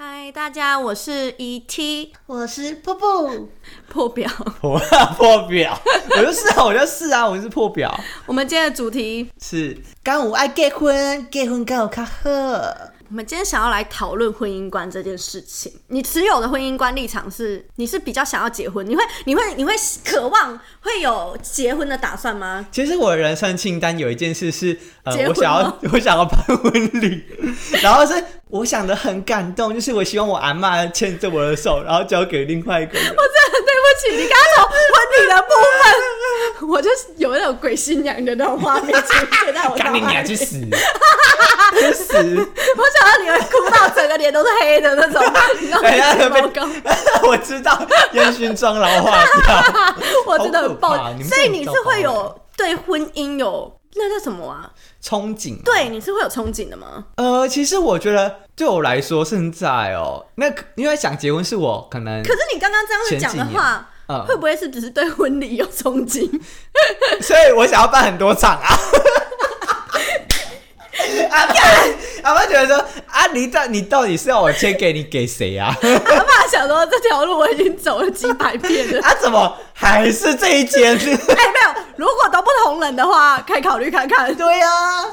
嗨，大家，我是 ET 我是布布，破表。 破 破表，我就是啊，我就是啊，我是破表，我们今天的主题，是刚有爱结婚，结婚刚有较好。我们今天想要来讨论婚姻观这件事情。你持有的婚姻观立场是，你是比较想要结婚，你会，你会，你会渴望会有结婚的打算吗？其实我的人生清单有一件事是，呃结，婚我想吗要 我想要办婚礼， 然后是我想的很感动，就是我希望我阿嬷牵着我的手，然后交给另外一个人。 对不起，你刚刚从婚礼的部 分，我就有那种鬼新娘的那种画面出现 在我脑赶紧你海娘里去。死！去 我死！想到你会哭到整个脸都是黑的那种，你知道哎呀吗？被 我知道烟熏妆老化掉， 我真的很好爆可怕，你们所以真的你很是糟糕会有对婚姻有那叫什么啊？憧憬。对，你是会有憧憬的吗？呃，其实我觉得对我来说，现在哦，那个因为想结婚是我可能可是你刚刚这样子讲的话，前几年嗯会不会是只是对婚礼有憧憬？ 所以我想要办很多场啊。啊阿爸， 阿爸觉得说啊，你到你到底是要我签给你给谁 啊？阿爸想说这条路我已经走了几百遍了。 啊，怎么还是这一间？ 哎、没有，如果都不同人的话，可以考虑看看。对呀、啊，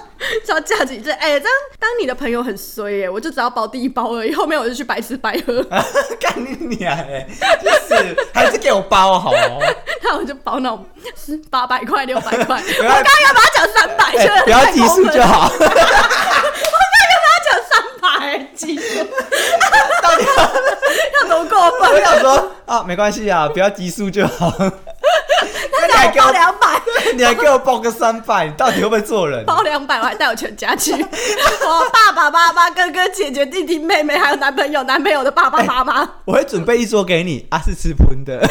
要嫁几次？哎、这样当你的朋友很衰耶、我就只要包第一包而已，后面我就去白吃白 喝，啊干你娘嘞！就是还是给我包 好哦。然后我就包那种八百块、六 百块。我要刚刚要把它讲三百，哎、真的不要太计过数分就了好。他讲三百集， 到底要多过我分？想说啊，没关系啊，不要计数就 好。他你叫还我啊给包我两百， 你还给我报个三百，你到底会不会做人？包两百，我还带我全家去，我爸爸妈妈、哥哥姐姐、弟弟妹妹，还有男朋友、男朋友的爸爸妈妈。我会准备一桌给你，啊，是吃荤 的。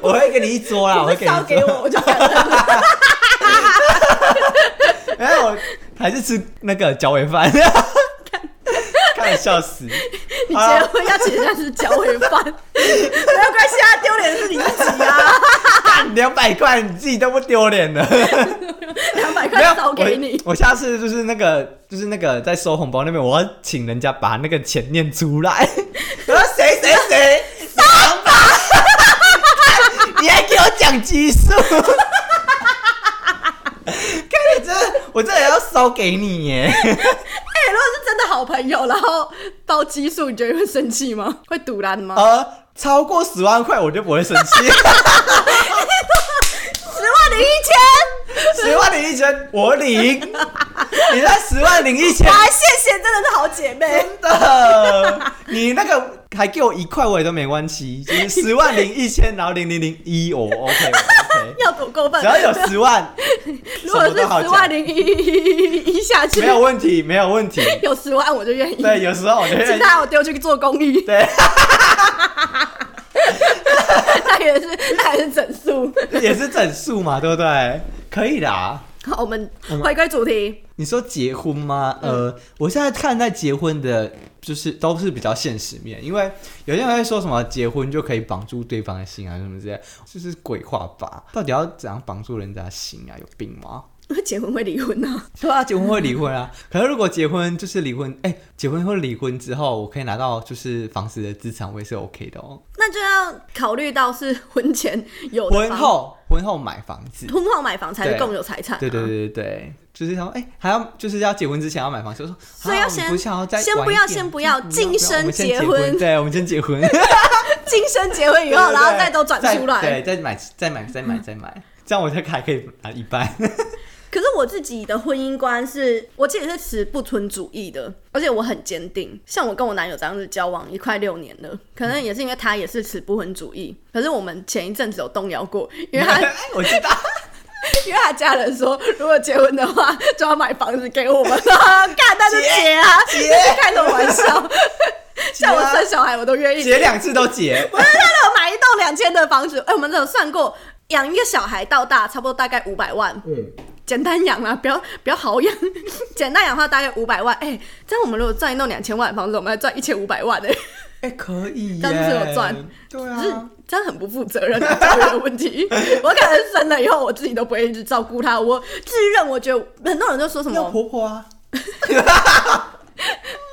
我会给你一桌啦，我会你给你烧一给桌。我，我就感恩。哎，我还是吃那个脚尾 饭，看我笑死。你结婚要请人家吃脚尾饭，没有关系啊，丢脸的是你自己啊。两百块你自己都不丢脸了，两百没有块烧给你，我。我 下次就是那个，就是那个在收红包那边，我要请人家把那个钱念出来。 我说谁谁 谁，三 百，你还给我讲基 数。看你真的，我真的要烧给你耶！ 哎、如果是真的好朋友，然后包基数，你觉得会生气吗？会堵拦吗？呃，超过十万块我就不会生气， 十万零一千， 十万零一千我领， 你那十万零一千哇，谢谢，真的是好姐 妹。真的，你那个还给我一块，我也都没关系，就是十万零一千，然后零零零一，我 OK，我 OK，要多过分？只要有十万，如果什是么都好十万讲，零一 一下去，没有问题，没有问题。有十万我就愿意。对，有时候我觉其得，他我丢去做公 益，对，那也是那也是整数。也是整数嘛，对不对？可以啊啦。好，我们们回归主题，你说结婚吗？呃，我现在看待结婚的，就是都是比较现实面，因为有些人会说什么结婚就可以绑住对方的心啊，什么之类的，就是鬼话吧？到底要怎样绑住人家的心啊？有病吗？结婚会离婚啊？对啊，结婚会离婚啊。可是如果结婚就是离婚，哎、结婚或离婚之后，我可以拿到就是房子的资产，我也是 OK 的哦。那就要考虑到是婚前有的婚房后，婚后买房子，婚后买房才是对共有财产、啊。对对对对对，就是想说，哎、还要就是要结婚之前要买房子，我说，所以啊要我们先不想要再先晚不一要点先不不要不晋不要升我们先结结婚对，我们先 结婚晋升结婚以后， 对对然后对再都转出来对，。再买再买 再买再买，这样我才还可以拿一半。可是我自己的婚姻观是，我自己是持不存主义的，而且我很坚定。像我跟我男友这样子交往一快六年了，可能也是因为他也是持不婚主义。可是我们前一阵子有动摇过，因为 他 哎我知道，因为他家人说，如果结婚的话就要买房子给我们， 然后干那就结啊， 结这开什么玩笑？ 结像我啊生小孩我都愿意，结两次 都结，我是他有买一栋两千的房子，哎、我们有算过，养一个小孩到大，差不多大概五百万。嗯，简单养啊，不要不要好养， 简单养的话大概五百万。哎、这样我们如果赚一栋两千万的房子，我们还赚一千五百万哎、哎、可以耶，这样子有赚对可是啊。这样很不负责任啊，教育的问 题。我可能生了以后，我自己都不会一直照顾他。我自认我觉得很多人就说什要么， 婆婆啊，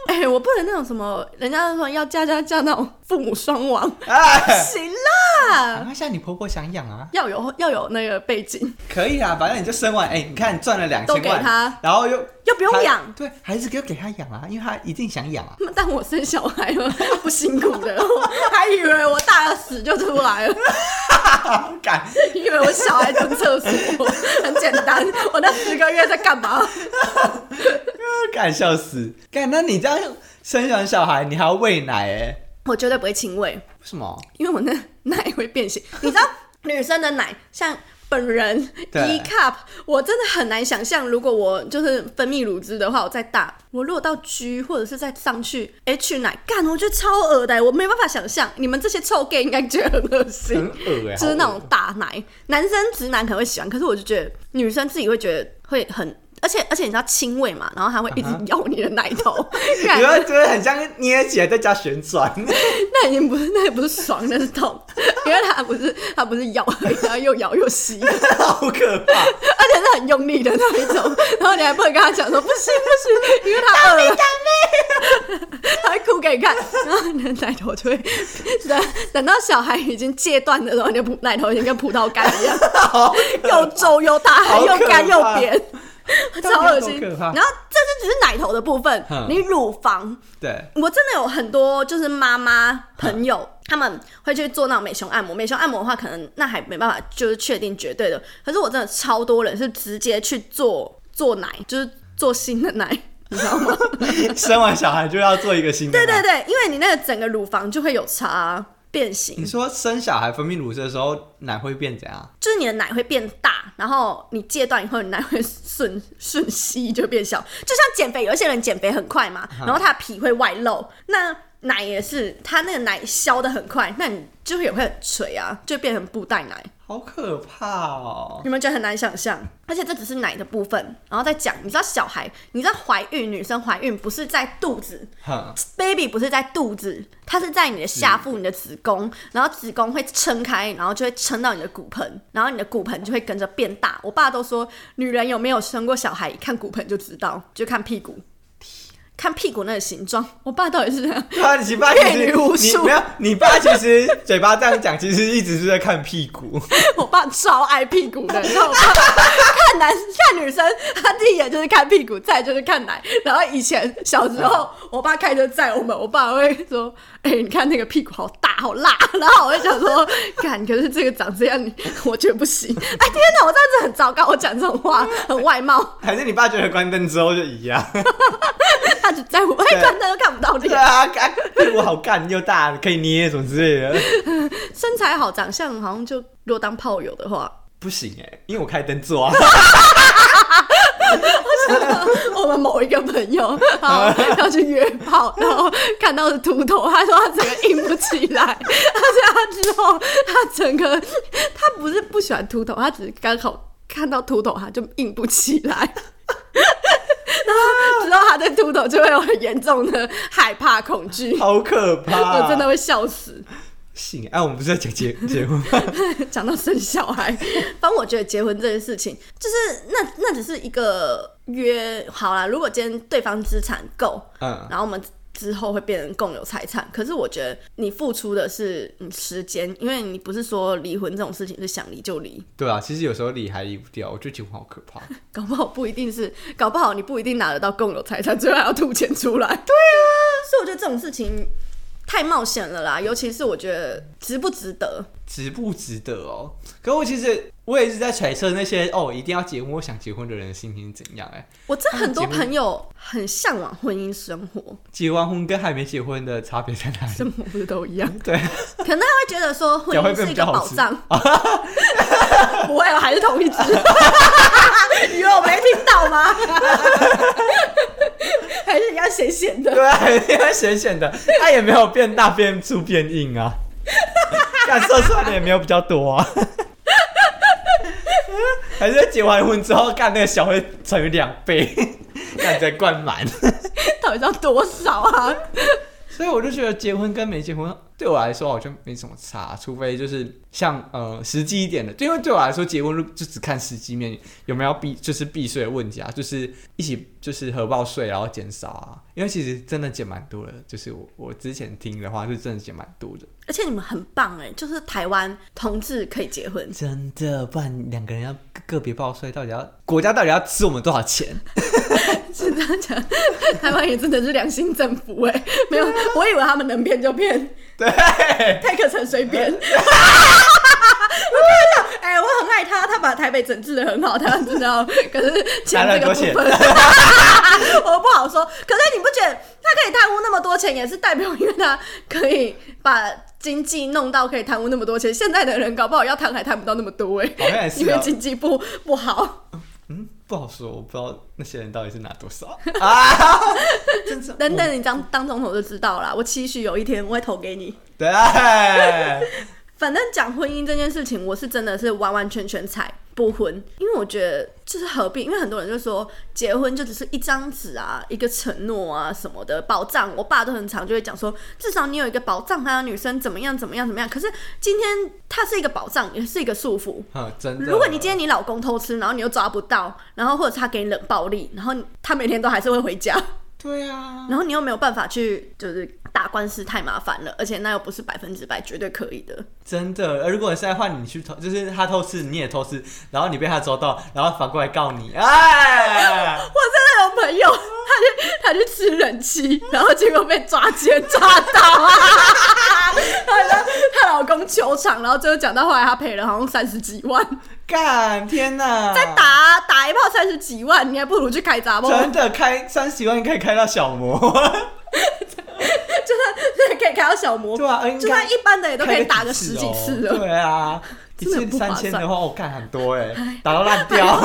哎、我不能那种什么，人家说要嫁嫁嫁那种 父母双 亡， 哎，行啦，赶快像你婆婆想养啊，要有要有那个背景，可以啊，反正你就生完，哎，你看赚了两都千给万，她然后又又不用还养。对，还是给给他养啊，因为他一定想养啊。 但我生小孩了， 不辛苦的， 我还以为我大屎就出来了， 好感，以为我小孩蹲厕所， 很简单。我那十个月在干嘛？ 干笑死，干，那你这样生完小孩，你还要喂奶哎、我绝对不会亲喂，为什么？因为我那 奶会变形。你知道女生的奶像本人对 E cup，我真的很难想象，如果我就是分泌乳汁的话，我再大，我如果到 G 或者是再上去 H 奶，干，我觉得超恶的，我没办法想象。你们这些臭 gay 应该觉得很恶心，很恶哎、就是那好恶种大奶，男生直男可能会喜欢，可是我就觉得女生自己会觉得会很，而且而且你知道亲喂嘛，然后还会一直啊哈咬你的奶 头，你感会觉得很像捏起来在家旋转， 那已经不是那也不是爽，那是 痛，因为他不是他不是咬而已，他又咬又吸，而好可怕！且是很用力的那一种，然后你还不能跟他讲说不行不行，因为他饿了， 他会哭给你看，然后你的奶头就会等等到小孩已经戒断的时候，你的葡奶头已经跟葡萄干一样。好 又皱又大，好可怕又干又扁， 超恶心。到底有多可怕然后这是只是奶头的部分嗯，你乳房，对，我真的有很多就是妈妈朋友，他们会去做那种美胸按摩。美胸按摩的话，可能那还没办法就是确定绝对的。可是我真的超多人是直接去做做奶，就是做新的奶。你知道 吗？生完小孩就要做一个新的。对对。对，因为你那个整个乳房就会有差、变形你，说生小孩分泌乳汁的时候，奶会变怎样？就是你的奶会变大，然后你戒断以后，你奶会 瞬瞬息就变小。就像减肥，有一些人减肥很快嘛，然后他的皮会外露，那奶也是，他那个奶消的很快，那你就会也会很垂啊，就变成布袋奶。好可怕哦！你们觉得很难想象，而且这只是奶的部分，然后再讲，你知道小孩，你知道怀孕女生怀孕不是在肚子，哼， baby 不是在肚子，它是在你的下腹、你的子宫，然后子宫会撑开，然后就会撑到你的骨盆，然后你的骨盆就会跟着变大。我爸都说，女人有没有生过小孩，一看骨盆就知道，就看屁股，看屁股那个形状。我爸到底是这样？对啊，你爸其阅实女无你数没有，你爸其实嘴巴这样讲，其实一直是在看屁股。 我爸超爱屁股的，你知道我爸 看男看女生，他第一眼就是看屁股，再来就是看奶。然后以前小时候，嗯我爸开车载我们，我爸会说：“哎、你看那个屁股好大，好辣。”然后我会想说：“ 看，可是这个长这样，你我觉得不行。”哎，天哪，我这样子很糟糕，我讲这种话很外貌，还是你爸觉得关灯之后就一样？他只在乎哎，对看他都看不 到对脸，啊，干屁股好干又大，可以捏什么之 类的。身材好，长相好像就如果当炮友的话，不行哎、因为我开 灯做啊。我们某一个朋友，然后要去约炮，然后看到的秃头，他说他整个硬不起来， 而且他之后他整个他不是不喜欢秃头，他只是刚好看到秃头他就硬不起来， 然后之后他对秃头就会有很严重的害怕恐惧，好可怕！我真的会笑死。信哎、我们不是在讲结结婚吗？ 讲到生小孩，反正我觉得结婚这件事情，就是那那只是一个约好啦。如果今天对方资产够，嗯，然后我们之后会变成共有财产。可是我觉得你付出的是你时间，因为你不是说离婚这种事情是想离就离，对啊，其实有时候理还理不掉，我觉得结婚好可怕。搞不好不一定是，搞不好你不一定拿得到共有财产，最后还要吐钱出 来。对啊，所以我觉得这种事情太冒险了啦，尤其是我觉得值不值得。值不值得哦？可我其实我也是在揣测那些哦，一定要结婚或想结婚的人的心情是怎样哎、我这很多朋友很向往婚姻生活，结完婚跟还没结婚的差别在哪生里？活不是都一样？对，啊可能他会觉得说婚脚会姻是变比一个较好保吃障，不会，啊我还是同一只。 以为我没听到吗？ 还是你要咸咸的？对啊，因为显显的，它也没有变大、变粗、变硬啊，但射出来的也没有比较多啊。 还是结完婚之后，干那个小会乘以两倍， 干再灌满。到底要多少啊？所以我就觉得结婚跟没结婚对我来说好像没什么差，除非就是像呃实际一点的，因为对我来说结婚就就只看实际面有没有避就是避税的问题啊，就是一起就是核报税然后减少啊，因为其实真的减蛮多的，就是我我之前听的话是真的减蛮多的，而且你们很棒哎，就是台湾同志可以结婚，真的，不然两个人要个个别报税，到底要国家到底要吃我们多少钱？是这样讲，台湾也真的是良心政府哎，没有，我以为他们能骗就骗，啊对， take 成随 便。我跟你讲，哎、我很爱他，他把台北整治的很好，他知道。可是钱这个部分， 我不好说。可是你不觉得他可以贪污那么多钱，也是代表因为他可以把经济弄到可以贪污那么多钱？现在的人搞不好要贪还贪不到那么多哎、好像也是啊因为经济不不好，嗯，不好说，我不知道那些人到底是拿多少 啊，真是等等你当当总统就知道啦。我期许有一天我会投给你。对， 反正讲婚姻这件事情，我是真的是完完全全踩不婚，因为我觉得就是何必？因为很多人就说结婚就只是一张纸啊，一个承诺啊什么的保障。我爸都很常就会讲说，至少你有一个保障啊，女生怎么样怎么样怎么样。可是今天它是一个保障，也是一个束缚。嗯，真的。如果你今天你老公偷吃，然后你又抓不到，然后或者是他给你冷暴力，然后你他每天都还是会回家，对啊，然后你又没有办法去就是打官司，太麻烦了，而且那又不是百分之百绝对可以的。真的。而如果现在换你去偷，就是他偷吃，你也偷吃，然后你被他抓到，然后反过来告你，哎，我真的有朋友，他去他去吃人妻，然后结果被抓奸抓到啊！她她老公求偿，然后最后讲到后来，她赔了好像三十几万，啊干天哪！再打啊打一炮三十几万，你还不如去开杂包，真的开三十万可以开到小 魔，就是 可以开到小模，对啊，应就该算一般的也都可以打开个十几次哦 了，对啊，一真的次不划三千算哎的话，我看很多哎，打到烂掉。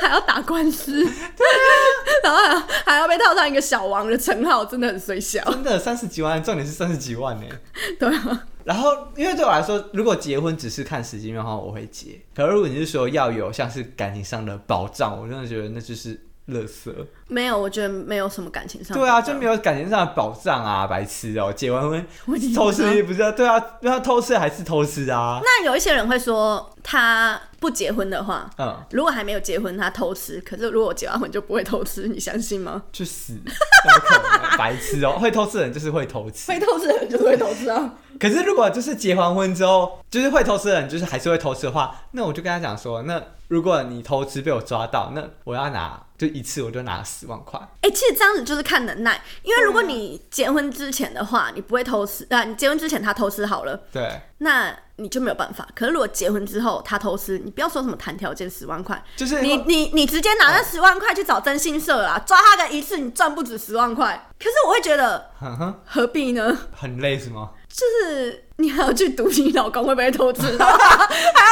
还要打官司， 然后还要还要被套上一个小王的称号，真的很虽 小，真的三十几万，重点是三十几万呢。哎对啊，然后，因为对我来说，如果结婚只是看时机面的话，我会结。可如果你是说要有像是感情上的保障，我真的觉得那就是垃圾。没有，我觉得没有什么感情上的对啊，保障就没有感情上的保障啊，白痴哦、结完婚 我理解偷吃不是、啊？对啊，那偷吃还是偷吃啊？那有一些人会说，他不结婚的话，嗯，如果还没有结婚，他偷吃；可是如果我结完婚就不会偷吃，你相信吗？ 去死！怎么可能？ 白痴哦、会偷吃的人就是会偷吃。会偷吃的人就是会偷吃啊！ 可是如果就是结完婚之后，就是会偷吃的人，就是还是会偷吃的话，那我就跟他讲说，那如果你偷吃被我抓到，那我要拿就一次我就拿十万块。哎、其实这样子就是看能耐，因为如果你结婚之前的话，你不会偷吃啊，你结婚之前他偷吃好了，对，那你就没有办法。可是如果结婚之后他偷吃，你不要说什么谈条件十万块，就是你你你直接拿那十万块去找征信社啦，抓他个一次你赚不止十万块。可是我会觉得哼嗯哼，何必呢？很累是 吗？就是你还要去赌你老公会不会偷吃，然后 还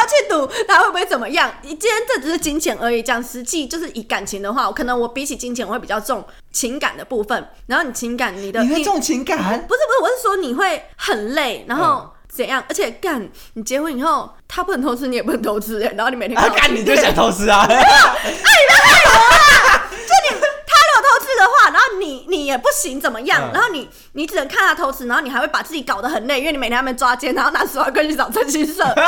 要去赌他会不会怎么样。你今天这只是金钱而已，讲实际就是以感情的话，我可能我比起金钱我会比较重情感的部分，然后你情感你的你会重情感？不是不是，我是说你会很累，然后嗯怎样？而且干你结婚以后，他不能偷吃，你也不能偷吃、然后你每天 啊，靠干 你就想偷吃啊？ 他如果偷吃的话，然后你你也不行怎么样，嗯然后你你只能看他偷吃，然后你还会把自己搞得很累，因为你每天在那边抓奸，然后拿十万块去找真心 社。对，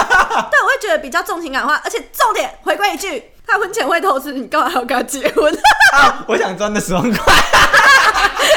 我会觉得比较重情感化，而且重点回归一句，他婚前会偷吃，你干嘛还要跟他结婚？ 啊，我想赚那十万块，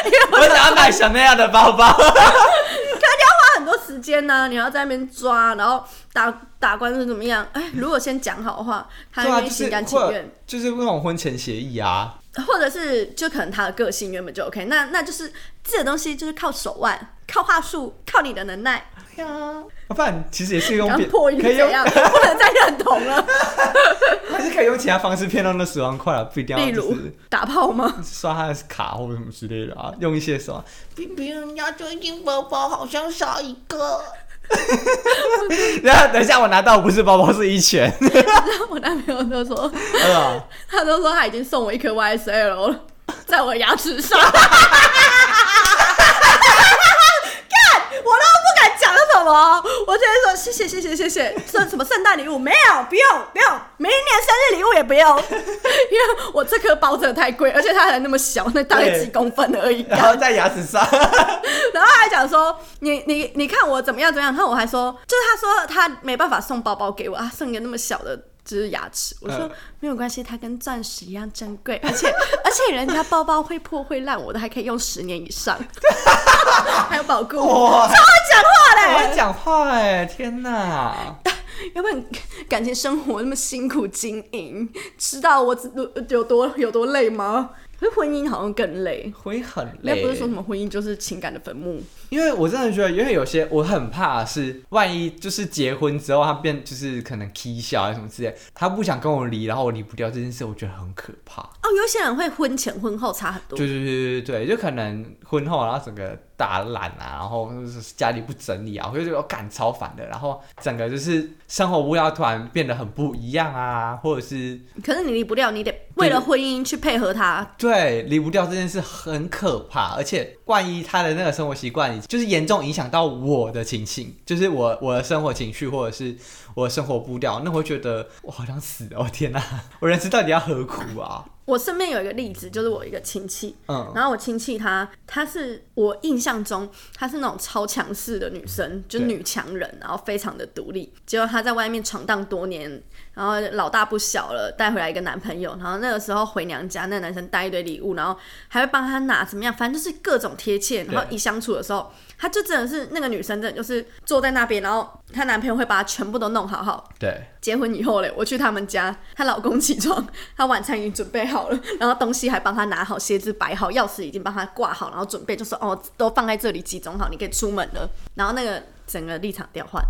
因为我想要买香奈儿的包包。可能你要花很多时间呢、你要在那边抓，然后打打官司怎么样？哎，如果先讲好的话，他对那啊，就边是心甘情会愿。有就是那种婚前协议啊。或者是就可能他的个性原本就 OK，那那就是这个东西就是靠手腕、靠话术、靠你的能耐。啊不然其实也是用刚骗，破音可是以用怎，样？不能再认同了。 还是可以用其他方式骗到那十万块啊了，不一定要例就如是打炮吗？ 刷他的卡或者什么之类的啊，用一些什么别别人家最近包包好像少一个。然后等一下，我拿到不是包包是一拳， 我男朋友都说，啊，他都说他已经送我一颗 YSL 了，在我牙齿上。干，我都不敢讲那种么？我就会说谢谢谢谢谢谢，圣什么圣诞礼物没有，不用不用，明年生日礼物也不用， 因为我这颗包真的太贵，而且它还那么小，那大概对几公分而已。然后在牙齿上， 然后他还讲说，你你你看我怎么样怎么样，然后我还说，就是他说他没办法送包包给我，他送一个那么小的。就是牙齿，我说、嗯没有关系，它跟钻石一样珍贵，而且 而且人家包包会破会烂，我的还可以用十年以上，还有保固，哇，超会讲话我嘞！会讲话哎，天哪！要不然感情生活那么辛苦经营，知道我只有多有多累吗？可是婚姻好像更累，会很那累，不是说什么婚姻就是情感的坟墓，因为我真的觉得，因为有些我很怕是，万一就是结婚之后他变就是可能 k 笑啊什么之类，他不想跟我离，然后我离不掉这件事，我觉得很可怕。哦，有些人会婚前婚后差很多，对对对对对，就可能婚后然后整个大懒啊，然后就是家里不整理啊，我就觉得我感超烦的，然后整个就是生活步调突然变得很不一样啊，或者是可是你离不掉，你得为了婚姻去配合他。对，离不掉这件事很可怕，而且万一他的那个生活习惯，就是严重影响到我的情形，就是我我的生活情绪或者是我的生活步调，那我会觉得我好想死哦！天哪， 我人生到底要何苦啊？我身边有一个例子，就是我一个亲戚，嗯，然后我亲戚她，她是我印象中她是那种超强势的女生，就是对女强人，然后非常的独立。结果她在外面闯荡多年，然后老大不小了，带回来一个男朋友，然后那个时候回娘家，那个男生带一堆礼物，然后还会帮她拿怎么样，反正就是各种贴切。然后一相处的时候，她就真的是那个女生，真的就是坐在那边，然后她男朋友会把她全部都弄好好，对，结婚以后嘞，我去他们家，她老公起床，她晚餐已经准备好了，然后东西还帮她拿好，鞋子摆好，钥匙已经帮她挂好，然后准备就说哦，都放在这里集中好，你可以出门了。然后那个整个立场调换，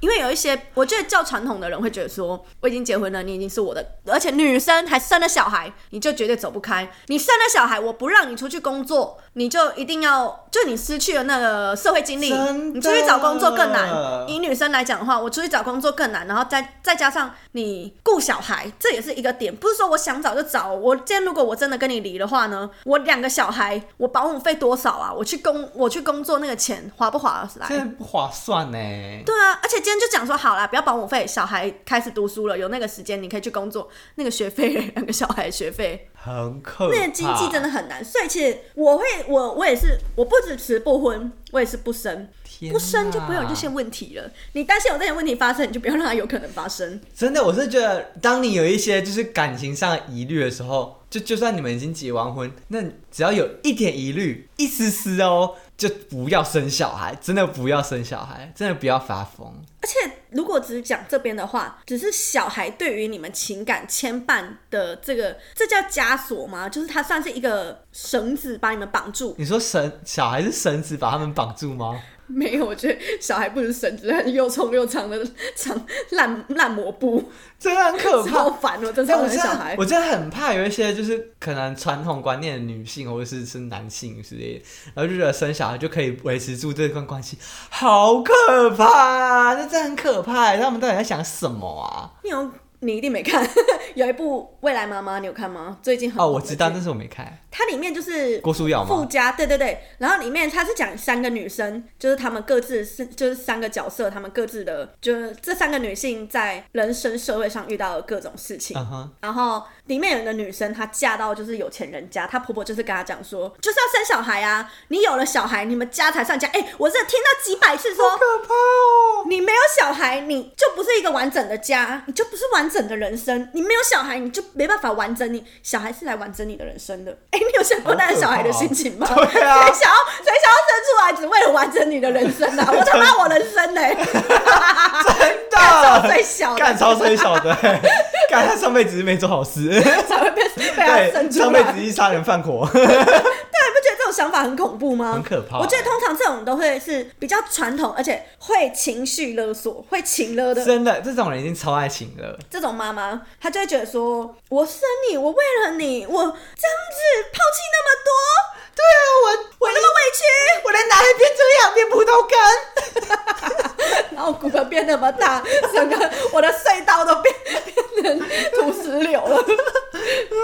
因为有一些我觉得较传统的人会觉得说，我已经结婚了，你已经是我的，而且女生还生了小孩，你就绝对走不开。你生了小孩，我不让你出去工作，你就一定要，就你失去了那个社会经历，真的你出去找工作更难。以女生来讲的话，我出去找工作更难，然后再再加上你顾小孩，这也是一个点。不是说我想找就找，我今天如果我真的跟你离的话呢，我两个小孩，我保姆费多少啊？我去工我去工作那个钱划不划得来？真的不划算呢。啊对啊，而且今天就讲说好啦，不要保姆费，小孩开始读书了，有那个时间你可以去工作，那个学费两个小孩的学 费，很可怕。那个经济真的很难。所以其实我会，我我也是，我不只持不婚，我也是不生，天不生就不会有哪这些问题了。你担心有这些问题发生，你就不要让它有可能发生。真的，我是觉得，当你有一些就是感情上的疑虑的时候，就就算你们已经结完婚，那只要有一点疑虑，一丝丝哦，就不要生小孩，真的不要生小孩，真的不要发疯。而且，如果只讲这边的话，只是小孩对于你们情感牵绊的这个，这叫枷锁吗？就是它算是一个绳子把你们绑住，你说绳小孩是绳子把他们绑住吗？没有，我觉得小孩不如绳子，又重又长的长烂烂抹布，真的很可怕超。烦！我真哎，我的真是的小孩我。真的很怕有一些就是可能传统观念的女性或者是是男性之类的，然后就觉得生小孩就可以维持住这段关系，好可怕、啊！那真的很可怕、他们到底在想什么啊？你有你一定没看， 有一部《未来妈妈》，你有看吗？最近很哦，红的我知道，剧但是我没看。它里面就是郭书瑶附吗？加，对对对，然后里面它是讲三个女生，就是她们各自是就是三个角色，她们各自的就是这三个女性在人生社会上遇到的各种事情。嗯 哼，然后里面有一个女生，她嫁到就是有钱人家，她婆婆就是跟她讲说，就是要生小孩啊，你有了小孩，你们家才算家。哎、我真的听到几百次说，可怕哦！你没有小孩，你就不是一个完整的家，你就不是完整的人生。你没有小孩，你就没办法完整你小孩是来完整你的人生的。 哎、你有想过那个小孩的心情吗？好 可怕哦对啊谁想要谁想要生出来只为了完整你的人生啊？我他妈我人 生呢、 真干的，最小干的超衰小的， 干他上辈子是没做好事，才会被被他啊生 对，出来。上辈子一杀人 放火，对，你不觉得这种想法很恐怖吗？很可怕欸我觉得通常这种都会是比较传统，而且会情绪勒索、会情勒的真的，这种人已经超爱情了。这种妈妈，她就会觉得说：“我生你，我为了你，我这样子抛弃那么多，对啊，我我那么委屈， 我的男人变这样，变葡萄干， 然后骨骼变那么大，整个我的隧道都变变成土石流了。”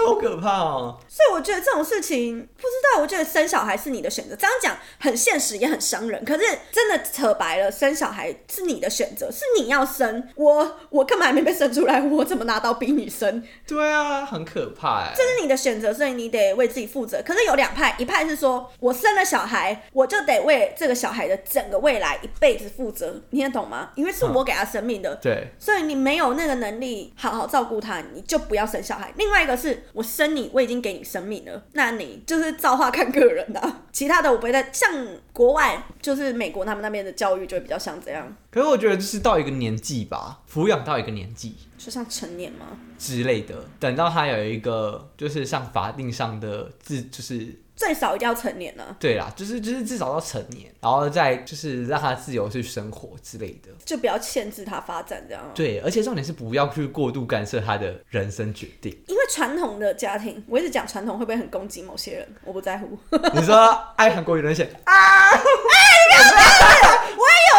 好可可怕哦！所以我觉得这种事情不知道，我觉得生小孩是你的选择。这样讲很现实，也很伤人。可是真的扯白了，生小孩是你的选择，是你要生。我我根本还没被生出来，我怎么拿刀逼你生？对啊，很可怕哎。这是你的选择，所以你得为自己负责。可是有两派，一派是说我生了小孩，我就得为这个小孩的整个未来一辈子负责，你也懂吗？因为是我给他生命的，对，所以你没有那个能力好好照顾他，你就不要生小孩。另外一个是我生你，我已经给你生命了，那你就是造化看个人的啊、 其他的我不会再像国外，就是美国他们那边的教育就会比较像这样，可是我觉得就是到一个年纪吧，抚养到一个年纪就像成年嘛。之类的，等到他有一个就是像法定上的自，就是最少一定要成年啊了、对啦，就是就是至少到成年，然后再就是让他自由去生活之类的。就不要限制他发展这样啊。对，而且重点是不要去过度干涉他的人生决 定。因为传统的家庭，我一直讲传统会不会很攻击某些人，我不在乎。 你说爱韩国语的那些，啊我也有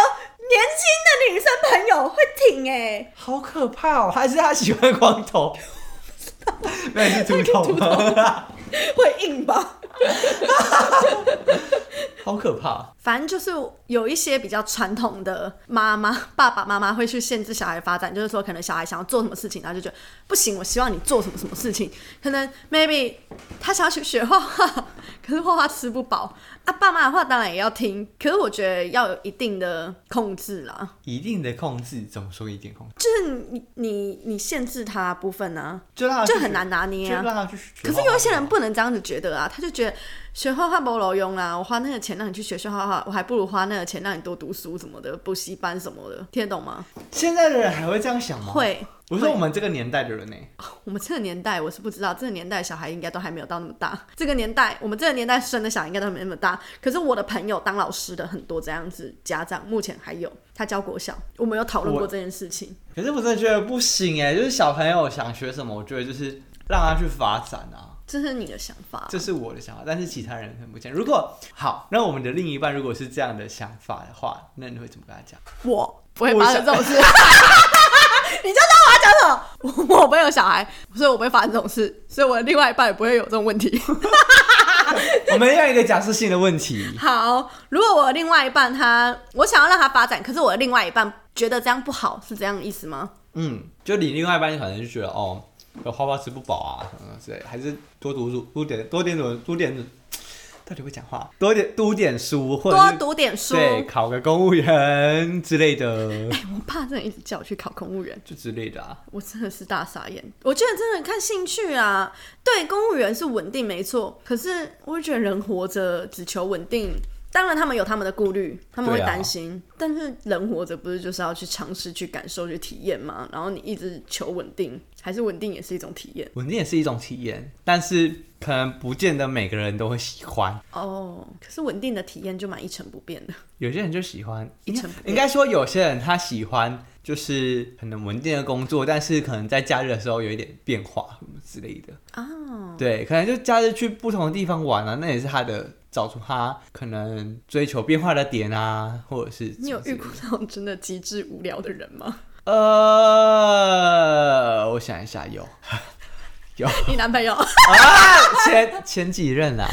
年轻的女生朋友会挺哎、好可怕哦！还是他喜欢光 头？那你是秃头吗？会硬吧？ 好可怕！反正就是有一些比较传统的妈妈、 爸爸妈妈会去限制小孩的发展，就是说可能小孩想要做什么事情，然后就觉得不行，我希望你做什么什么事情。可能 maybe 他想要去学画画，可是画画吃不饱啊。爸妈的话当然也要听，可是我觉得要有一定的控制啦。一定的控制，怎么说一定控制？就是你你你限制他的部分啊呢、就让他就去很难拿捏就让啊。他去学。可是有一些人不能这样子觉得啊，他就觉得学画画不楼用啦，我花那个钱让你去学学画画，我还不如花那个钱让你多读书什么的，补习班什么的，听得懂吗？现在的人还会这样想吗？，会，我说我们这个年代的人呢、我们这个年代我是不知道，这个年代小孩应该都还没有到那么大。这个年代，我们这个年代生的小孩应该都没那么大。可是我的朋友当老师的很多这样子家长，目前还有他教国小，我们有讨论我过这件事情。可是我真的觉得不行哎、就是小朋友想学什么，我觉得就是让他去发展啊，这是你的想法，这是我的想法。但是其他人很不见。如果好，那我们的另一半如果是这样的想法的话，那你会怎么跟他讲？我不会发生这种事。 你就知道我要讲什么。我没有小孩，所以我不会发生这种事，所以我的另外一半也不会有这种问 题。我们要一个假设性的问题。好，如果我的另外一半他，我想要让他发展，可是我的另外一半觉得这样不好，是这样的意思吗？嗯，就你另外一半可能就觉得哦，有花花吃不饱啊什么之类的，还是多读书，多点多点读多点，到底会讲话，多点读点书，或者多是读点书。对考个公务员之类的，我爸真的一直叫我去考公务员， 就之类的啊。我真的是大傻眼。我觉得真的看兴趣啊，对，公务员是稳定没错，可是我觉得人活着只求稳定。当然，他们有他们的顾虑，他们会对啊担心。但是人活着不是就是要去尝试、去感受、去体验吗？然后你一直求稳定，还是稳定也是一种体验稳定也是一种体验，但是可能不见得每个人都会喜欢。哦。可是稳定的体验就蛮一成不变 的。有些人就喜欢，应该成不变应该说有些人他喜欢就是可能稳定的工作，但是可能在假日的时候有一点变化什么之类的哦啊。对，可能就假日去不同的地方玩啊，那也是他的找出他可能追求变化的点啊，或者是你有什遇么过之类的那种真的极致无聊的人吗？呃，我想一下，有 有啊，你男朋友 前前几任啊，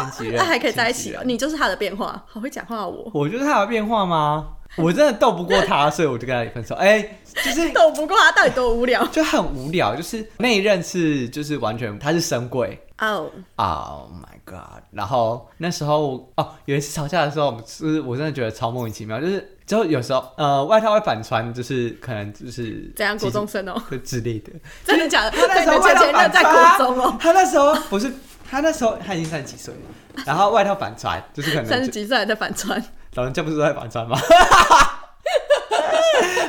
前几任那还可以在一起哦前几，任你就是他的变化，好会讲话哦 我。我觉得他有变化吗？我真的斗不过他，所以我就跟他分手。哎、就是斗不过他到底多无聊就很无聊，就是那一任是就是完全他是神鬼哦，Oh my god！然后那时候哦有一次吵架的时候，我们是我真的觉得超莫名其妙，就是就有时候呃外套会反穿，就是可能就是怎样几国中生哦， 就之类的。真的假的？他那对，时你候的外前套前任反在穿，国中 哦，他那时候不是他那时候他已经三十几岁了，然后外套反穿，就是可能三就十几岁还在反穿，老人家不是都在反穿吗？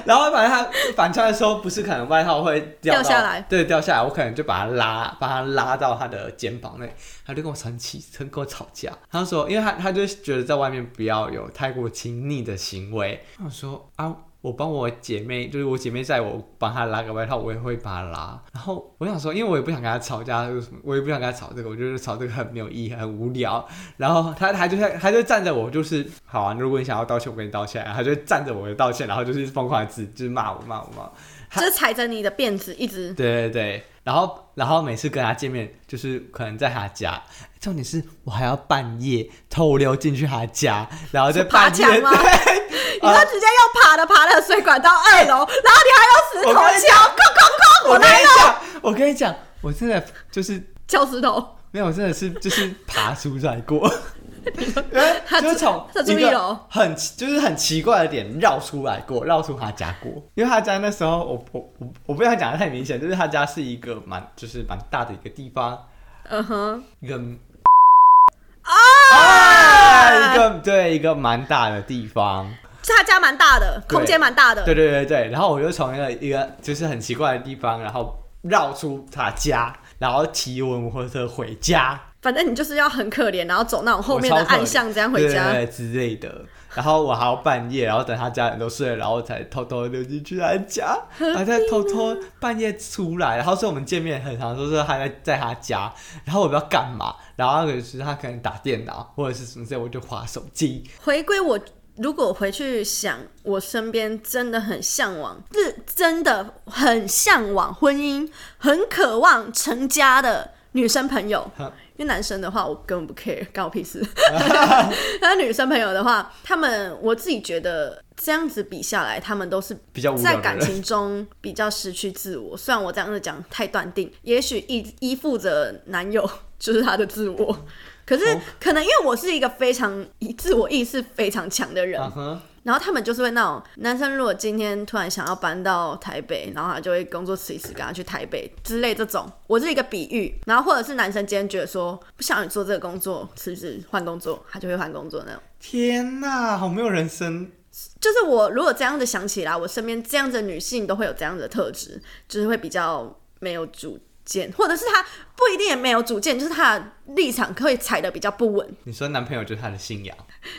然后反正他反穿的时候，不是可能外套会掉到掉下来对，掉下来，我可能就把他拉，把他拉到他的肩膀那里，他就跟我生气，跟跟我吵架。他说，因为他他就觉得在外面不要有太过亲昵的行为。我想说啊，我帮我姐妹，就是我姐妹在我帮她拉个外套，我也会帮她拉。然后我想说，因为我也不想跟她吵架，就是什么我也不想跟她吵这个，我就是吵这个很没有意义，很无聊。然后她她就在她就站着我，就是好啊，如果你想要道歉，我跟你道歉。然后她就站着我的道歉，然后就是疯狂的指就是骂我骂我骂我。就是踩着你的辫子一直对对对，然后然后每次跟他见面，就是可能在他家，重点是我还要半夜偷溜进去他家，然后在爬半夜啊墙 吗？你说直接用爬的爬的水管到二楼，然后你还用石哎我头跟你敲，哐哐哐， 我啊我跟来你了，讲，我跟你讲，我真的就是敲石头。没有，我真的是就是爬出来过。因为就是从 他住一一楼个很就是很奇怪的点绕出来过，绕出他家过。因为他家那时候我我我我不想讲的太明显，就是他家是一个蛮就是蛮大的一个地方，嗯哼，一个啊，一个对一个蛮大的地方，他家蛮大的，空间蛮大的。对对对对。然后我就从一个一个就是很奇怪的地方，然后绕出他家，然后骑文火车回家，反正你就是要很可怜，然后走那种后面我的超可怜暗巷，这样回家。对对对之类的。然后我还要半夜，然后等他家人都睡了，然后我才偷偷溜进去他家，还在偷偷半夜出来。然后所以我们见面很常都是他在在他家，然后我不知道干嘛，然后可是他可能打电脑或者是什么之类，我就划手机。回归我，如果回去想，我身边真的很向往，是真的很向往婚姻，很渴望成家的女生朋友。因为男生的话，我根本不 care，干我屁事。但是女生朋友的话，他们我自己觉得这样子比下来，他们都是比较无聊在的感人情中比较失去自我。虽然我这样子讲太断定，也许依依附着男友就是他的自我，可是可能因为我是一个非常自我意识非常强的人嗯，哼，然后他们就是会那种男生，如果今天突然想要搬到台北，然后他就会工作辞一辞，跟他去台北之类这种。我是一个比喻，然后或者是男生今天觉得说不想你做这个工作，辞职换工作，他就会换工作那种。天哪，好没有人生。就是我如果这样子想起来，我身边这样子的女性都会有这样子的特质，就是会比较没有主见，或者是她不一定也没有主见，就是她的立场会踩的比较不稳，你说男朋友就是他的信仰，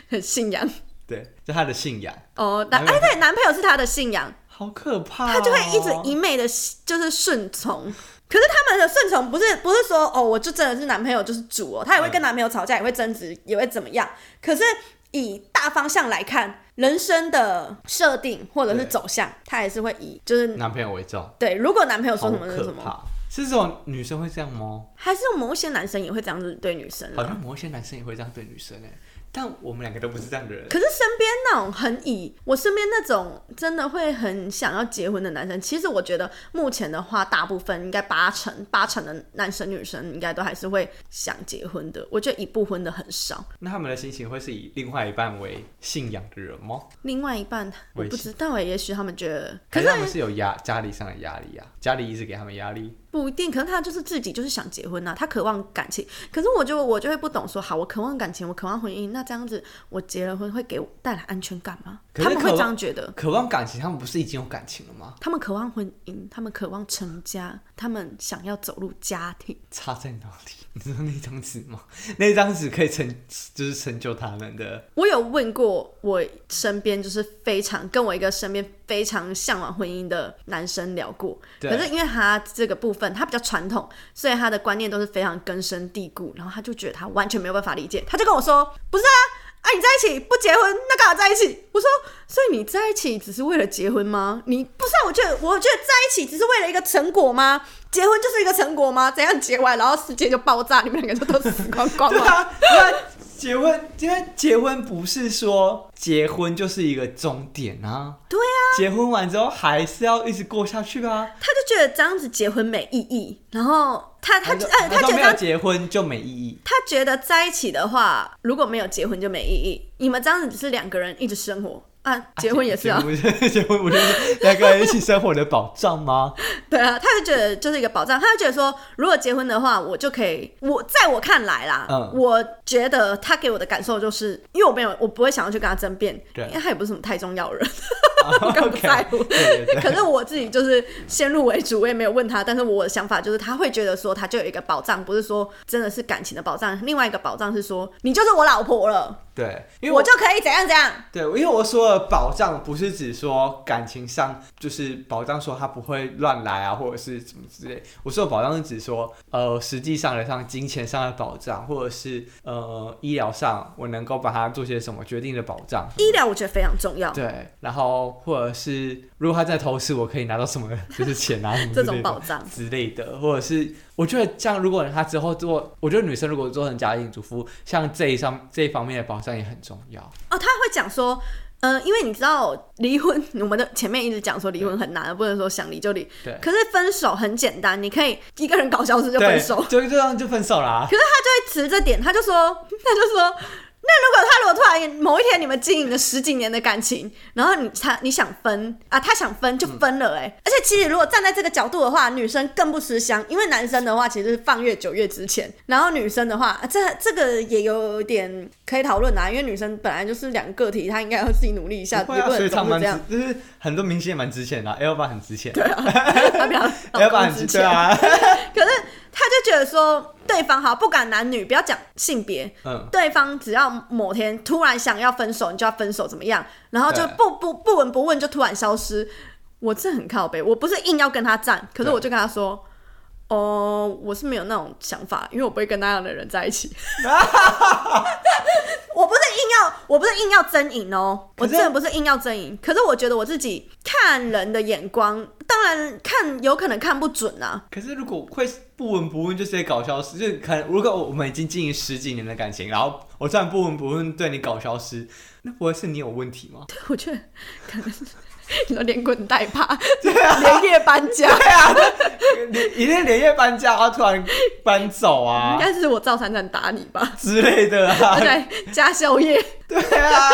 很信仰。对，就他的信仰，哦，男哎对，男朋友是她的信仰，好可怕、哦。他就会一直一昧的，就是顺从。可是他们的顺从不是不是说哦，我就真的是男朋友就是主哦，他也会跟男朋友吵架，也会争执，也会怎么样。可是以大方向来看，人生的设定或者是对走向，他还是会以就是男朋友为重，对，如果男朋友说好什么就是可什么，怕。是这种女生会这样吗？还是有某一些男生也会这样子对女生好啊。像某一些男生也会这样对女生哎、但我们两个都不是这样的人。可是身边那种很以我身边那种真的会很想要结婚的男生，其实我觉得目前的话，大部分应该八成八成的男生女生应该都还是会想结婚的。我觉得已不婚的很少，那他们的心情会是以另外一半为信仰的人吗？另外一半我我也不知道哎、也许他们觉得，可是还是他们是有压家里上的压力啊，家里一直给他们压力。不一定，可能他就是自己就是想结婚啊呐、他渴望感情。可是我就我就会不懂说，好，我渴望感情，我渴望婚姻，那这样子我结了婚会给我带来安全感吗？可他是们会渴这望样觉得。渴望感情，他们不是已经有感情了吗？他们渴望婚姻，他们渴望成家，他们想要走入家庭。差在哪里？ 你知道那张纸吗？那张纸可以成，就是成就他们的。我有问过我身边就是非常跟我一个身边非常向往婚姻的男生聊过，对可是因为他这个部分他比较传统，所以他的观念都是非常根深蒂固，然后他就觉得他完全没有办法理解，他就跟我说：“不是啊，啊你在一起不结婚，那干嘛在一起？”我说：“所以你在一起只是为了结婚吗？你不是、啊？我觉得我觉得在一起只是为了一个成果吗？结婚就是一个成果吗？怎样结完然后世界就爆炸，你们两个就都死光光对了？”啊，那结婚，因为结婚不是说结婚就是一个终点啊。对啊。结婚完之后还是要一直过下去啊。他就觉得这样子结婚没意义，然后他他说哎，他说觉得没这有样结婚就没意义。他觉得在一起的话，如果没有结婚就没意义。你们这样子只是两个人一直生活啊，结婚也是啊，结婚结婚不就是两个人一起生活的保障吗？ 对啊，他就觉得就是一个保障，他就觉得说，如果结婚的话，我就可以，我在我看来啦，嗯我觉得他给我的感受就是，因为我没有，我不会想要去跟他争辩，对因为他也不是什么太重要的人，我根本不 OK，在乎。对 对对可是我自己就是先入为主，我也没有问他，但是我的想法就是他会觉得说他就有一个保障，不是说真的是感情的保障，另外一个保障是说你就是我老婆了，对，因为我就可以怎样怎样。对，因为我说的保障不是指说感情上，就是保障说他不会乱来啊，或者是什么之类。我说的保障是指说，呃，实际上的上金钱上的保障，或者是呃医疗上我能够帮他做些什么决定的保障。医疗我觉得非常重要，对，然后或者是如果他在投资，我可以拿到什么就是 钱啊什么这之类种的保障之类的，或者是我觉得像如果他之后做，我觉得女生如果做成家庭主妇，像这一上这一方面的保障也很重要。哦，他会讲说，嗯，因为你知道离婚，我们的前面一直讲说离婚很难，不能说想离就离。对可是分手很简单，你可以一个人搞消失就对，分手。就这样就分手啦、 可是他就会持这点，他就说， 他就说。那如果他如果突然某一天你们经营了十几年的感情，然后你他你想分啊，他想分就分了哎、嗯而且其实如果站在这个角度的话，女生更不吃香，因为男生的话其实是放越久越值钱，然后女生的话，啊、这这个也有点可以讨论啊，因为女生本来就是两个个体，她应该要自己努力一下，不也会啊，不所以能总唱是蛮这样，值，就是很多明星也蛮值钱的、l b a 很值钱她 比较老，L 公很值值钱对。啊， 可是他就觉得说，对方好不管男女，不要讲性别，嗯对方只要某天突然想要分手，你就要分手怎么样？然后就对不不不闻不问就突然消失，我这很靠背，我不是硬要跟他站，可是对我就跟他说。哦我是没有那种想法，因为我不会跟那样的人在一 起。我不是硬要，我不是硬要争赢哦，我可是真的不是硬要争赢。可是我觉得我自己看人的眼光，当然看有可能看不准啊。可是如果会不闻不问就直接搞消失，就是可能如果我们已经经营十几年的感情，然后我突然不闻不问对你搞消失，那不会是你有问题吗？我觉得可能 是你说连滚带爬，啊连夜搬家，一定连夜搬家，然后突然搬 走应啊该是我赵闪闪打你吧，之类的 啊而，且加宵夜。对啊，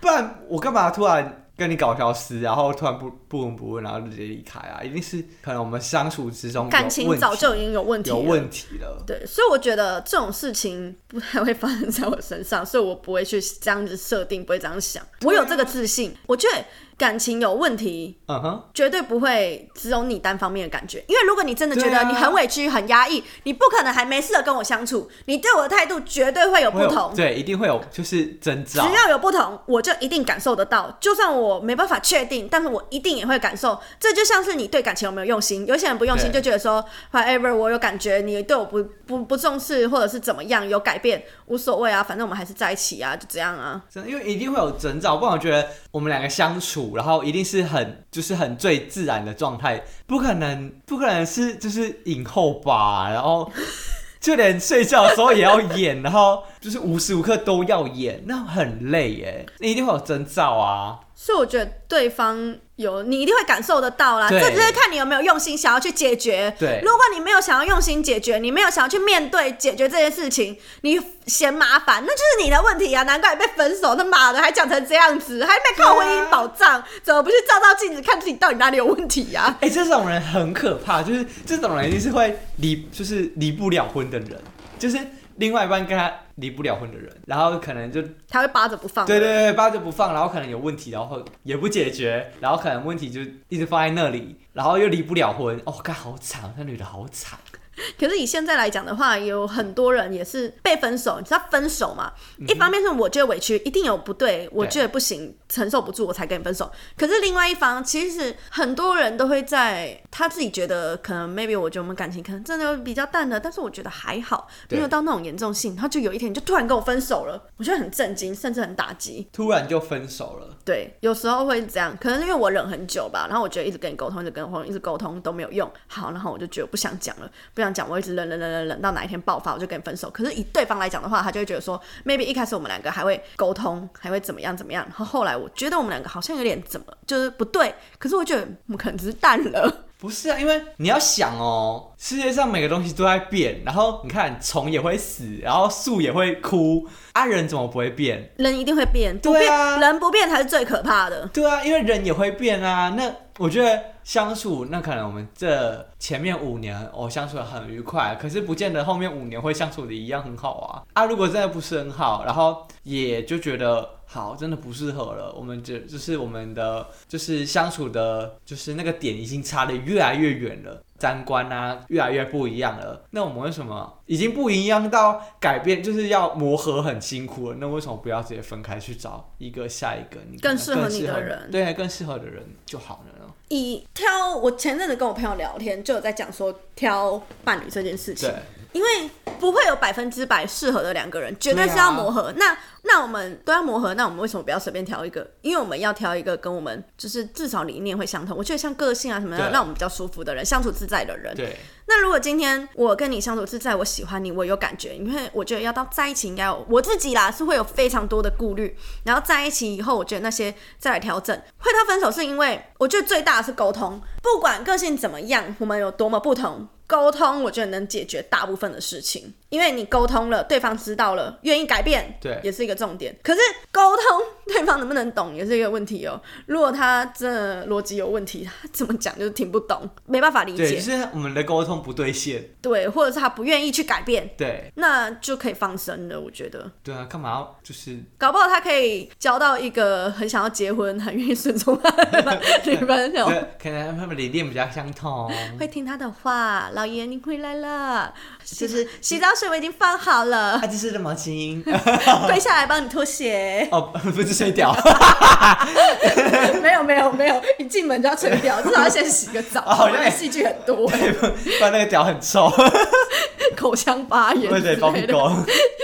不然我干嘛突然跟你搞消失，然后突然不不闻不问，然后就直接离开啊？一定是可能我们相处之中有感情问早题就已经有问题了，有问题了。对，所以我觉得这种事情不太会发生在我身上，所以我不会去这样子设定，不会这样想。我有这个自信，我觉得感情有问题。嗯哼，绝对不会只有你单方面的感觉，因为如果你真的觉对得啊你很委屈、很压抑，你不可能还没事的跟我相处，你对我的态度绝对会有不会有同。对，一定会有就是征只兆。啊要有不同，我就一定感受得到。就算我没办法确定，但是我一定也会感受。这就像是你对感情有没有用心，有些人不用心，就对觉得说，whatever，我有感觉，你对我不不不重视，或者是怎么样，有改变无所谓啊，反正我们还是在一起啊，就这样啊。真的因为一定会有征兆，不然我觉得我们两个相处，然后一定是很就是很最自然的状态，不可能不可能是就是影后吧，然后 就连睡觉的时候也要演，然后就是无时无刻都要演，那很累耶，一定会有征兆啊。所以我觉得对方有，你一定会感受得到啦。对这就是看你有没有用心想要去解决。对如果你没有想要用心解决，你没有想要去面对解决这件事情，你嫌麻烦，那就是你的问题啊！难怪你被分手，他妈的还讲成这样子，还没靠婚姻保障，怎么不去照照镜子看自己到底哪里有问题啊呀、哎、这种人很可怕，就是这种人一定是会离，就是离不了婚的人，就是另外一半跟他离不了婚的人，然后可能就他会扒着不放。对对对，扒着不放，然后可能有问题，然后也不解决，然后可能问题就一直放在那里，然后又离不了婚。哦，干好惨，那女的好惨。 可是以现在来讲的话，有很多人也是被分手，你知道分手嘛？一方面是我觉得委屈，一定有不对，我觉得不行，承受不住我才跟你分手。可是另外一方，其实很多人都会在他自己觉得可能 maybe 我觉得我们感情可能真的比较淡了，但是我觉得还好，对没有到那种严重性。他就有一天就突然跟我分手了，我觉得很震惊，甚至很打击。突然就分手了，对，有时候会这样，可能是因为我忍很久吧，然后我觉得一直跟你沟通，一直跟我一直沟通都没有用，好，然后我就觉得不想讲了，不想讲，我一直忍忍忍忍忍到哪一天爆发，我就跟你分手。可是以对方来讲的话，他就会觉得说，maybe 一开始我们两个还会沟通，还会怎么样怎么样，然后后来我觉得我们两个好像有点怎么就是不对，可是我觉得我们可能只是淡了，不是啊？因为你要想哦，世界上每个东西都在变，然后你看虫也会死，然后树也会枯，啊，人怎么不会变？人一定会变，不对变、啊人不变才是最可怕的。对啊，因为人也会变啊。那我觉得相处，那可能我们这前面五年哦相处的很愉快，可是不见得后面五年会相处的一样很好啊啊！如果真的不是很好，然后也就觉得好，真的不适合了，我们就就是我们的就是相处的，就是那个点已经差的越来越远了。三观啊，越来越不一样了。那我们为什么已经不一样到改变，就是要磨合很辛苦了？那为什么不要直接分开去找一个下一个你可能更适合更你的人对，更适合的人就好了呢？哦以挑我前阵子跟我朋友聊天，就有在讲说挑伴侣这件事情对，，因为不会有百分之百适合的两个人，绝对是对啊要磨合。那那我们都要磨合，那我们为什么不要随便挑一个？因为我们要挑一个跟我们就是至少理念会相同，我觉得像个性啊什么的，对让我们比较舒服的人，相处自在的人。对，那如果今天我跟你相处是在我喜欢你，我有感觉，因为我觉得要到在一起应该有我自己啦，是会有非常多的顾虑。然后在一起以后，我觉得那些再来调整。会到分手是因为我觉得最大的是沟通，不管个性怎么样，我们有多么不同。沟通，我觉得能解决大部分的事情，因为你沟通了，对方知道了，愿意改变，对也是一个重点。可是沟通，对方能不能懂也是一个问题哦。如果他真的逻辑有问题，他怎么讲就是听不懂，没办法理解对，就。是我们的沟通不对线，对，或者是他不愿意去改变，对，那就可以放生了。我觉得，对啊，干嘛 要就是搞不好他可以交到一个很想要结婚、很愿意顺从他的女朋友，对，可能他们理念比较相 同，会听他的话。老爷，你回来了，就是洗澡水我已经放好了，啊，这是的毛 巾，跪下来帮你脱鞋。哦，不是水屌，没有没有没有，一进门就要吹掉，至少要先洗个澡。好我像的戏剧很多，不然那个屌很臭，口腔发炎对之对，包类不的，够，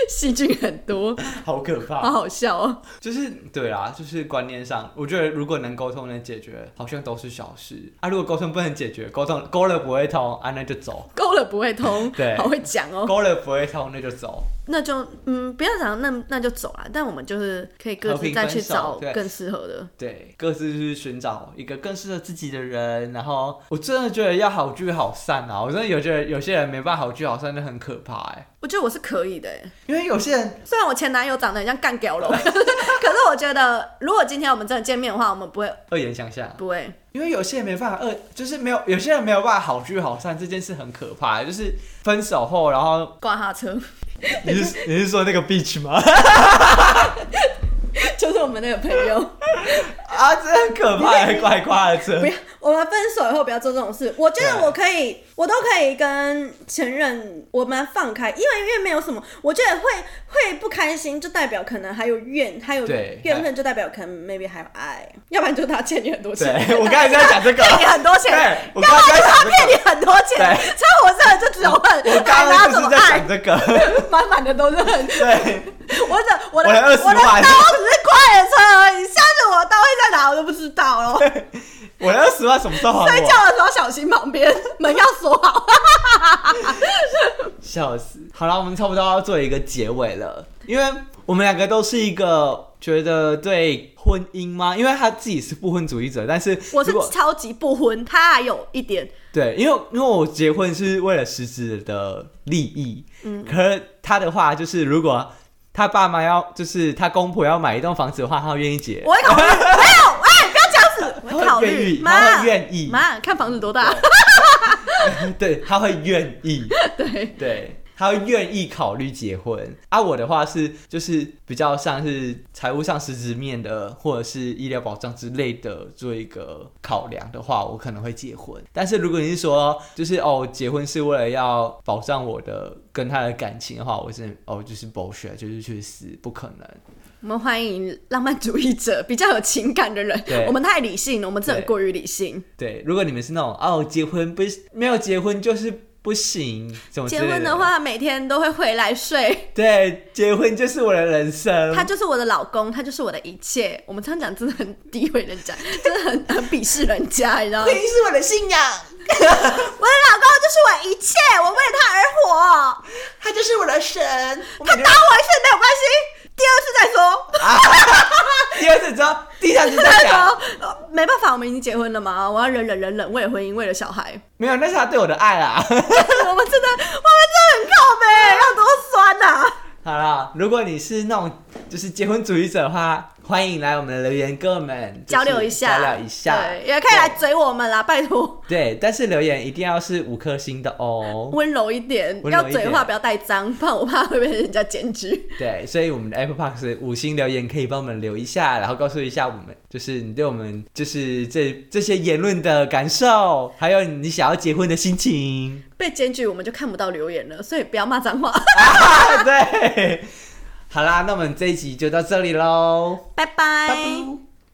细菌很多，好可怕，好好笑哦。就是对啦，就是观念上，我觉得如果能沟通能解决，好像都是小事啊。如果沟通不能解决，沟通沟了不会通啊，那就走；勾了不会通，对好会讲哦。沟了不会通，那就走。那就嗯，不要讲那那就走啊。但我们就是可以各和自平再分去手找对更适合的。对，各自去寻找一个更适合自己的人。然后我真的觉得要好聚好散啊！我真的有觉得有些人没办法好聚好散，那很可怕哎、我觉得我是可以的欸，因为有些人虽然我前男友长得很像干掉了，可是我觉得如果今天我们真的见面的话，我们不会恶言相向，不会。因为有些人没办法恶，就是没有有些人没有办法好聚好散，这件事很可怕、就是分手后，然 后挂他车，你是你是说那个 bitch 吗？就是我们那个朋友，啊，这很可怕，还怪夸的车不。要我们分手以后不要做这种事。我觉得对我可以，我都可以跟前任我们放开，因为因为没有什么，我觉得会会不开心，就代表可能还有怨，还有对怨恨，就代表可能 maybe 还有爱，要不然就他欠你很多钱。对，我刚才在讲这个，骗 你很多钱，对要我不然就是他刚刚骗你很多钱，对所以我这人就只有恨，我刚哪刚有就什是么在爱讲，这个，满满的都是恨。对，我的我的我的20我的刀万只是快车而已，下次我的刀会在哪我都不知道了。我的二十万什么时候还睡我？啊觉的时候小心旁边门要锁好。笑死！好了，我们差不多要做一个结尾了，因为我们两个都是一个觉得对婚姻吗？因为他自己是不婚主义者，但是 我是如果超级不婚，他还有一点对，因为因为我结婚是为了实质的利益，嗯，可是他的话就是如果。他爸妈要，就是他公婆要买一栋房子的话，他愿意结。我会考虑，没有，哎，不要这样 子，我会考他会愿虑意，他妈会愿意妈看房子多大， 对，他会愿意， 对，对，他会愿意考虑结婚。啊，我的话是就是比较像是财务上实质面的，或者是医疗保障之类的做一个考量的话，我可能会结婚。但是如果你是说就是哦，结婚是为了要保障我的跟他的感情的话，我是哦就是 bullshit，就是去死，不可能。 我们欢迎浪漫主义者，比较有情感的人对。我们太理性了，我们真的对过于理性。对，如果你们是那种哦结婚不是没有结婚就是不行，怎哦么之结类的婚的，话，每天都会回来睡。对，结婚就是我的人生。他就是我的老公，他就是我的一切。我们常讲，真的很诋毁人家，真的很很鄙视人家，你知道吗？我婚的姻是我的信仰，老公就是我一切，我为了他而哦活。他就是我的神。我他每打天我一次没有关系，第二次再说。啊第二次之后，第三次再再 讲。说，呃没办法，我们已经结婚了嘛，我要忍忍忍忍，为了婚姻，为了小孩。 没有，那是他对我的爱啦。 我们真的，我们真的很靠背，要多酸呐、啊好啦，如果你是那种就是结婚主义者的话，欢迎来我们的留言跟我们就交是流一下，交流一下，对，也可以来追我们啦，拜托，对，但是留言一定要是五颗星的哦。温柔一点，温柔要一点嘴话不要太脏，不然我怕会被人家检举。对，所以我们的 Apple Park 是五星留言可以帮我们留一下，然后告诉一下我们，就是你对我们就是这这些言论的感受，还有你想要结婚的 心情。被检举我们就看不到留言了，所以不要骂脏话，对，好啦，那我们这一集就到这里喽，拜拜。拜拜。